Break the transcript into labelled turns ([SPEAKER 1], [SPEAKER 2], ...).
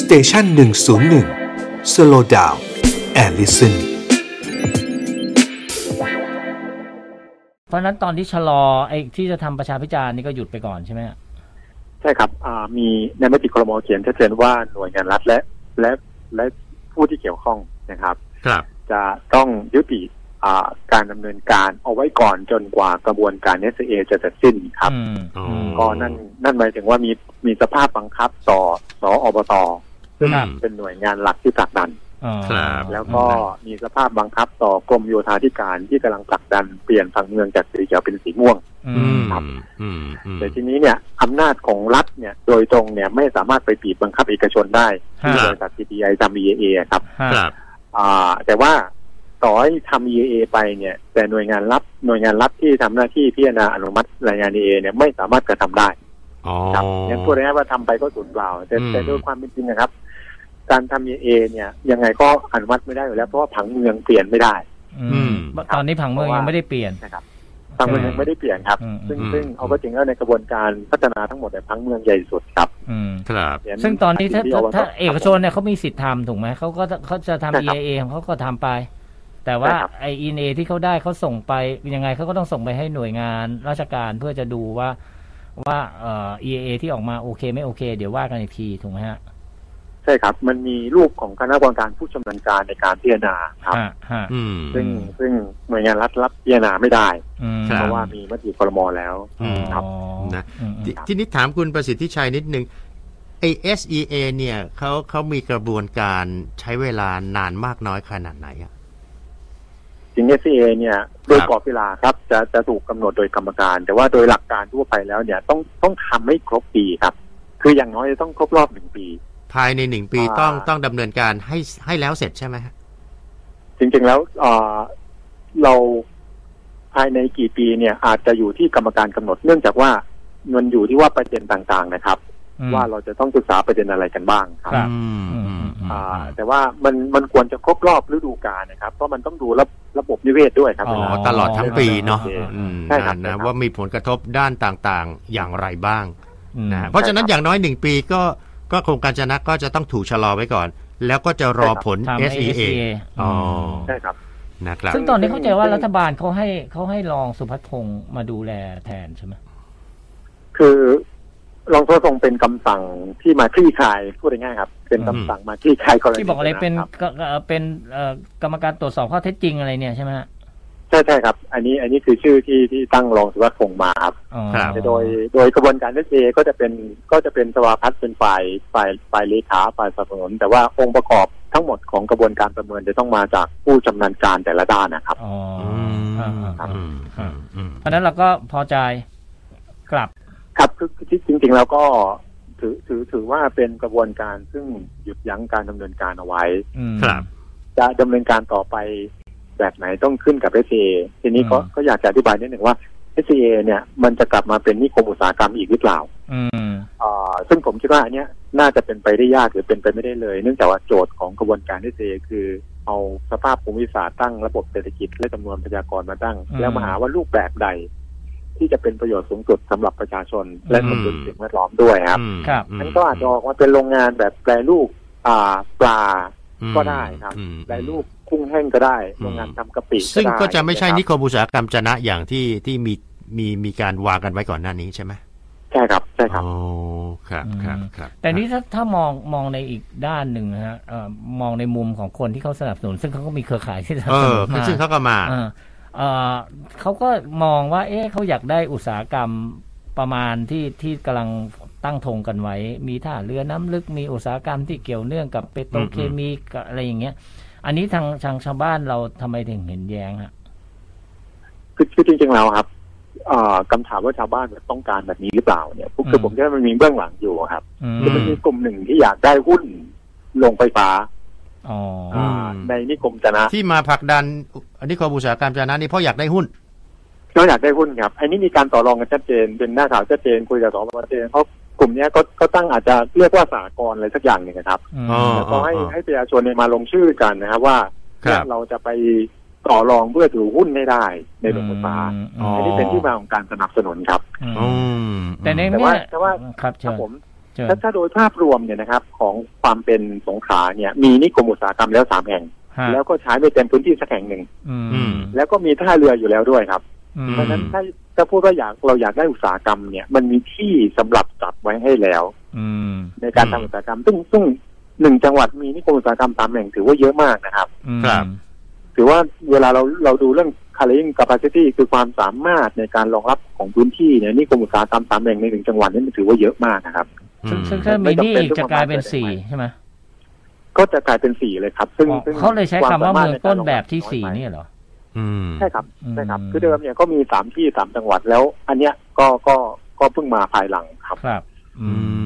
[SPEAKER 1] สเตชันหนึ่งศูนย์หนึ่งสโลดาวแอลลิสัน
[SPEAKER 2] เพราะฉะนั้นตอนที่ชะลอไอ้ที่จะทำประชาพิจารณ์นี่ก็หยุดไปก่อนใช่ไหมฮะ
[SPEAKER 3] ใช่ครับอ่ามีในมติครมเขียนชัดเจนว่าหน่วยงานรัฐและและและผู้ที่เกี่ยวข้องนะครับ
[SPEAKER 4] ครับ
[SPEAKER 3] จะต้องยุติอ่าการดำเนินการเอาไว้ก่อนจนกว่ากระบวนการ s อจะเสร็จสิ้นครับ
[SPEAKER 2] อืม
[SPEAKER 4] อ๋อ
[SPEAKER 2] ม
[SPEAKER 3] ก็นั่นนั่นหมายถึงว่ามีมีสภาพบังคับต่อสออบตซึ่ง
[SPEAKER 2] ครับ
[SPEAKER 3] เป็นหน่วยงานหลักที่ผลักดัน
[SPEAKER 2] อ๋อ
[SPEAKER 4] ครับ
[SPEAKER 3] แล้วก็มีสภาพบังคับต่อกรมโยธาธิการที่กำลังผลักดันเปลี่ยนผังเมืองจากสีเขียวเป็นสีม่วง
[SPEAKER 2] อื
[SPEAKER 4] อื
[SPEAKER 2] ม
[SPEAKER 4] ม
[SPEAKER 3] ครับ
[SPEAKER 4] อืมอืม
[SPEAKER 3] แต่ทีนี้เนี่ยอำนาจของรัฐเนี่ยโดยตรงเนี่ยไม่สามารถไปบีบบังคับเอกชนได้ที่
[SPEAKER 4] ครับ บ
[SPEAKER 3] ริษัท CPI ทำ EAA ครับ
[SPEAKER 2] ฮะ
[SPEAKER 4] ครับ
[SPEAKER 3] อ่าแต่ว่าต่อให้ทำ EAA ไปเนี่ย แต่หน่วยงานรับหน่วยงานรับที่ทำหน้าที่พิจารณาอนุมัติรายงาน EAA เนี่ยไม่สามารถกระทำได้
[SPEAKER 4] อ๋อ
[SPEAKER 3] ครับงั้นพูดง่ายๆว่าทำไปก็สูญเปล่า แต่
[SPEAKER 4] อืม
[SPEAKER 3] แต่โด้วยความเป็นจริงนะครับ การทำเอเอเนี่ย ยังไงก็อนุมัติไม่ได้อยู่แล้วเพราะว่าผังเมืองเปลี่ยนไม่ได้
[SPEAKER 2] อื
[SPEAKER 4] อื
[SPEAKER 2] ม
[SPEAKER 4] ม
[SPEAKER 2] ตอนนี้ผังเมืองยังไม่ได้เปลี่ยน
[SPEAKER 3] ผังเมืองยังไม่ได้เปลี่ยนครับ
[SPEAKER 2] อืม
[SPEAKER 3] ซึ่ง
[SPEAKER 4] อืม
[SPEAKER 3] ซึ่งเอาก็จริงแล้วในกระบวนการพัฒนาทั้งหมดในยผังเมืองใหญ่สุดครับ
[SPEAKER 2] อืม
[SPEAKER 4] ครับ
[SPEAKER 3] เดี๋ยว
[SPEAKER 2] ซึ่งตอนนี้ถ้า
[SPEAKER 3] ที่
[SPEAKER 2] ถ้า
[SPEAKER 3] บ
[SPEAKER 2] ถ้า
[SPEAKER 3] ครับ
[SPEAKER 2] เอกชนเนี่ยเขามีสิทธิ์ทำถูกไหมเขาก็เขาจะ
[SPEAKER 3] ใช่
[SPEAKER 2] ทำ
[SPEAKER 3] ครับ
[SPEAKER 2] EIA ของเขาก็ทำไป แต่ว่า
[SPEAKER 3] ใช่ครับ
[SPEAKER 2] ไอเอที่เขาได้เขาส่งไปยังไงเขาก็ต้องส่งไปให้หน่วยงานราชการเพื่อจะดูว่าว่าเอ่อ EIA ที่ออกมาโอเคไม่โอเค เดี๋ยวว่ากันอีกทีถูกไหมฮะ
[SPEAKER 3] ใช่ครับ มันมีรูปของคณะกรรมการผู้ชำนาญการในการพิจารณาครับ
[SPEAKER 2] ฮะฮะ
[SPEAKER 4] อืม
[SPEAKER 3] ซึ่ง
[SPEAKER 2] อืม
[SPEAKER 3] ซึ่งหน่วยงานรัฐรับพิจารณาไม่ได้
[SPEAKER 2] อืม
[SPEAKER 4] ค
[SPEAKER 3] เพ
[SPEAKER 4] บ
[SPEAKER 3] ราะว่ามีมติครมแล้ว
[SPEAKER 4] อืม
[SPEAKER 3] ครับ
[SPEAKER 4] นะ
[SPEAKER 2] อืมอืม
[SPEAKER 4] ทีทีนี้ถามคุณประสิทธิชัยนิดนึงไอ SEA เนี่ยเขาเขามีกระบวนการใช้เวลานานมากน้อยขนาดไหนอ่ะ
[SPEAKER 3] จริง SCA เนี่ยโดย
[SPEAKER 4] ครับ
[SPEAKER 3] กรอบเวลาครับจะจะถูกกำหนดโดยกรรมการ แต่ว่าโดยหลักการทั่วไปแล้วเนี่ยต้องต้องทำให้ครบปีครับ คืออย่างน้อยจะต้องครบรอบหนึ่งปี
[SPEAKER 4] ภายในหนึ่งปี
[SPEAKER 3] อ่า
[SPEAKER 4] ต้องต้องดำเนินการให้ให้แล้วเสร็จใช่ไหมฮะ
[SPEAKER 3] จริง ๆ แล้วเอ่อเราภายในกี่ปีเนี่ยอาจจะอยู่ที่กรรมการกำหนดเนื่องจากว่ามันอยู่ที่ว่าประเด็นต่างๆนะครับ
[SPEAKER 2] อืม
[SPEAKER 3] ว่าเราจะต้องศึกษาประเด็นอะไรกันบ้างครับ
[SPEAKER 2] ครับ
[SPEAKER 4] อืม
[SPEAKER 2] อืม
[SPEAKER 4] อืม
[SPEAKER 2] อืม
[SPEAKER 3] อ่าแต่ว่ามันมันควรจะครบรอบฤดูกาลนะครับเพราะมันต้องดูระระบบนิเวศด้วยครับ
[SPEAKER 4] อ๋อ
[SPEAKER 3] เวลา
[SPEAKER 4] ตลอดทั้งปีเนาะอืม
[SPEAKER 3] ใช่ครับ
[SPEAKER 4] นะ
[SPEAKER 3] ใช่ครับ
[SPEAKER 4] ว่ามีผลกระทบด้านต่างๆ อย่างไรบ้าง
[SPEAKER 2] อืม
[SPEAKER 4] นะฮะเพราะฉะนั้นอย่างน้อยหนึ่งปีก็ก็โครงการชนะก็จะต้องถูกชะลอไว้ก่อน แล้วก็จะรอผล
[SPEAKER 2] ใช่ครับ
[SPEAKER 4] SEA
[SPEAKER 2] อืม
[SPEAKER 4] อ๋อ
[SPEAKER 3] ใช่ครับ
[SPEAKER 4] นะครับ
[SPEAKER 2] ซึ่งตอนนี้เข้าใจว่ารัฐบาลเขาให้เขาให้รองสุพัฒพงศ์มาดูแลแทนใช่ไหม
[SPEAKER 3] คือรองโฆษกเป็นคำสั่งที่มาคลี่คลายพูดง่ายๆครับ เป็นคำสั่งมาคลี่คลายกรณี
[SPEAKER 2] ที่บอกอะไรเป็น
[SPEAKER 3] ค
[SPEAKER 2] กเอ่อเป็นเอ่อกรรมการตรวจสอบข้อเท็จจริงอะไรเนี่ยใช่ไหมฮะ
[SPEAKER 3] ใช่ใช่ครับ อันนี้อันนี้คือชื่อที่ที่ตั้งรองสุวัสดิ์คงมาครับ
[SPEAKER 2] อ๋อ
[SPEAKER 4] ครับ
[SPEAKER 3] โดยโดยกระบวนการเอสเอก็จะเป็นก็จะเป็นสวาพัฒน์เป็นฝ่ายฝ่ายฝ่ายเลขาฝ่ายสนับสนุน แต่ว่าองค์ประกอบทั้งหมดของกระบวนการประเมินจะต้องมาจากผู้ชำนาญการแต่ละด้านนะครับ
[SPEAKER 2] อ๋อ
[SPEAKER 4] อืม
[SPEAKER 2] อ่าอ่าอ่า
[SPEAKER 4] อืมอืมอืม
[SPEAKER 2] เพราะฉะนั้นเราก็พอใจกลับ
[SPEAKER 3] ครับคือคือจริงๆแล้วก็ถือถือถือว่าเป็นกระบวนการซึ่งหยุดยั้งการดำเนินการเอาไว้
[SPEAKER 2] อืม
[SPEAKER 4] ครับ
[SPEAKER 3] จะดำเนินการต่อไปแบบไหนต้องขึ้นกับ s อ a ทีนี้ก็
[SPEAKER 2] อืม
[SPEAKER 3] ก็อยากจะอธิบายนิดหนึ่งว่า s อ a เนี่ยมันจะกลับมาเป็นนิคมอุตสาหกรรมอีกหรือเปล่า
[SPEAKER 2] อืม
[SPEAKER 3] เอ่อซึ่งผมคิดว่าอันเนี้ยน่าจะเป็นไปได้ยากหรือเป็นไปไม่ได้เลย เนื่องจากว่าโจทย์ของกระบวนการ s อ a คือเอาสภาพภูมิศาสตร์ตั้งระบบเศรษฐกิจและจำนวนประชากรมาตั้ง
[SPEAKER 2] อืม
[SPEAKER 3] แล้วมาหาว่ารูปแบบใด ที่จะเป็นประโยชน์สูงสุดสำหรับประชาชน และ
[SPEAKER 2] อืม
[SPEAKER 3] สมดุลสิ่งแวดล้อมด้วยครับ
[SPEAKER 4] อืม
[SPEAKER 2] ครับ
[SPEAKER 4] ม
[SPEAKER 3] มันก็อาจจะออกมาเป็นโรงงานแบบแปรรูปอ่าปลา ก็ได้ครับ
[SPEAKER 4] อืม
[SPEAKER 3] แปรรูปกุ้งแห้งก็ได้
[SPEAKER 4] อืม
[SPEAKER 3] โรงงานทำกะปิ
[SPEAKER 4] ซึ่ง
[SPEAKER 3] ด้
[SPEAKER 4] ก็จะไม่ใช่นิ
[SPEAKER 3] ะ
[SPEAKER 4] คมอุตสาหกรรมจะนะอย่างที่ที่มีมีมีการวางกันไว้ก่อนหน้านี้ใช่ไหม
[SPEAKER 3] ครับใช่ครับ
[SPEAKER 4] โอ้ครับครับครับ
[SPEAKER 2] แต่นี้ถ้าถ้ามองมองในอีกด้านหนึ่งนะฮะเอ่อมองในมุมของคนที่เขาสนับสนุน ซึ่งเขาก็มีเครือข่ายที่สนับส
[SPEAKER 4] เออ
[SPEAKER 2] นุนมา
[SPEAKER 4] ซึ่งเขาก็มา
[SPEAKER 2] เออเอ่อเขาก็มองว่า เอ๊ะเขาอยากได้อุตสาหกรรมประมาณที่ที่กำลังตั้งธงกันไว้ มีท่าเรือน้ำลึกมีอุตสาหกรรมที่เกี่ยวเนื่องกับเปโตรเคมีกับอะไรอย่างเงี้ย อันนี้ทางทางชาวบ้านเราทำไมถึงเห็นแย้งฮะ
[SPEAKER 3] คือคือจริงๆแล้วครับเอ่อคำถามว่าชาวบ้านต้องการแบบนี้หรือเปล่าเนี่ยผมคือ
[SPEAKER 2] ม
[SPEAKER 3] ผมคิดว่ามันมีเบื้องหลังอยู่ครับ
[SPEAKER 2] อื
[SPEAKER 3] คือมัน
[SPEAKER 2] ม
[SPEAKER 3] มีกลุ่มหนึ่งที่อยากได้หุ้นลงไฟฟ้า
[SPEAKER 2] อ๋อ
[SPEAKER 4] อืม
[SPEAKER 3] าในนิคมจะนะ
[SPEAKER 4] ที่มาผลักดันนิคมอุตสาหกรรมจะนะนี่เพราะอยากได้หุ้น
[SPEAKER 3] เขาอยากได้หุ้นครับ อันนี้มีการต่อรองกันชัดเจนเป็นหน้าข่าวชัดเจนคุยกับสอบชัดเจนเขาะกลุ่มเนี้ยก็ก็ตั้งอาจจะเรียกว่าสากลอะไรสักอย่างหนึ่งนะครับ
[SPEAKER 2] อืม
[SPEAKER 4] อ๋อ
[SPEAKER 3] แล้วก็ให้ให้ประชาชนเนี่ยมาลงชื่อกันนะครับว่าเนี่ยเราจะไปต่อรองเพื่อถือหุ้นให้ได้ในโรงไฟฟ้า
[SPEAKER 2] อม
[SPEAKER 3] อันนี้เป็นที่มาของการสนับสนุนครับ
[SPEAKER 2] อืม
[SPEAKER 4] อืม
[SPEAKER 2] แต่ใน
[SPEAKER 3] แต่
[SPEAKER 2] เนี่
[SPEAKER 3] ว่าย แต่ว่า
[SPEAKER 2] ครับ
[SPEAKER 3] ครั
[SPEAKER 2] เชิ
[SPEAKER 3] บ
[SPEAKER 2] ญ
[SPEAKER 3] ผม
[SPEAKER 2] เชิญ
[SPEAKER 3] ถ้าถ้าโดยภาพรวมเนี่ยนะครับของความเป็นสงขลาเนี่ยมีนิคมอุตสาหกรรมแล้วสามแห่ง
[SPEAKER 2] ฮะ
[SPEAKER 3] แล้วก็ใช้ไม่เต็มพื้นที่สักแห่งหนึ่ง
[SPEAKER 2] อืม
[SPEAKER 4] อืม
[SPEAKER 3] แล้วก็มีท่าเรืออยู่แล้วด้วยครับ
[SPEAKER 2] อืม
[SPEAKER 3] เพราะฉะนั้นถ้าถ้าพูดว่าอยากเราอยากได้อุตสาหกรรมเนี่ยมันมีที่สำหรับจัดไว้ให้แล้ว
[SPEAKER 2] อืม
[SPEAKER 3] ในการ
[SPEAKER 4] อืม
[SPEAKER 3] ทำอุตสาหกรรม ซึ่งซึ่งหนึ่งจังหวัดมีนิคมอุตสาหกรรมสามแห่งถือว่าเยอะมากนะครับ
[SPEAKER 2] อืม
[SPEAKER 4] ครับ
[SPEAKER 3] ถือว่าเวลาเราเราดูเรื่อง carrying capacity คือความสามารถในการรองรับของพื้นที่เนี่ยนิคมอุตสาหกรรมสามแห่งในหนึ่งจังหวัดนี่มันถือว่าเยอะมากนะครับ
[SPEAKER 4] อื
[SPEAKER 2] ซึ่ง
[SPEAKER 4] ม
[SPEAKER 2] ซึ่งถ้ามีนี่อีกจะกลายเป็นสี่ใช่ไหม
[SPEAKER 3] ก็จะกลายเป็นสี่เลยครับ ซึ่ง
[SPEAKER 2] อ๋อ
[SPEAKER 3] ซึ่ง
[SPEAKER 2] เขาเลยใช้คำว่าเมืองต้นแบบที่สี่
[SPEAKER 3] น้อยไป
[SPEAKER 2] เนี่ยเหรอ
[SPEAKER 4] อืม
[SPEAKER 3] ใช่ครับ
[SPEAKER 2] อืม
[SPEAKER 3] ใช่ครับ คือเดิมเนี่ยก็มีสามที่สามจังหวัดแล้ว อันเนี้ยก็ก็ก็เพิ่งมาภายหลังครับ
[SPEAKER 2] ครับ อืม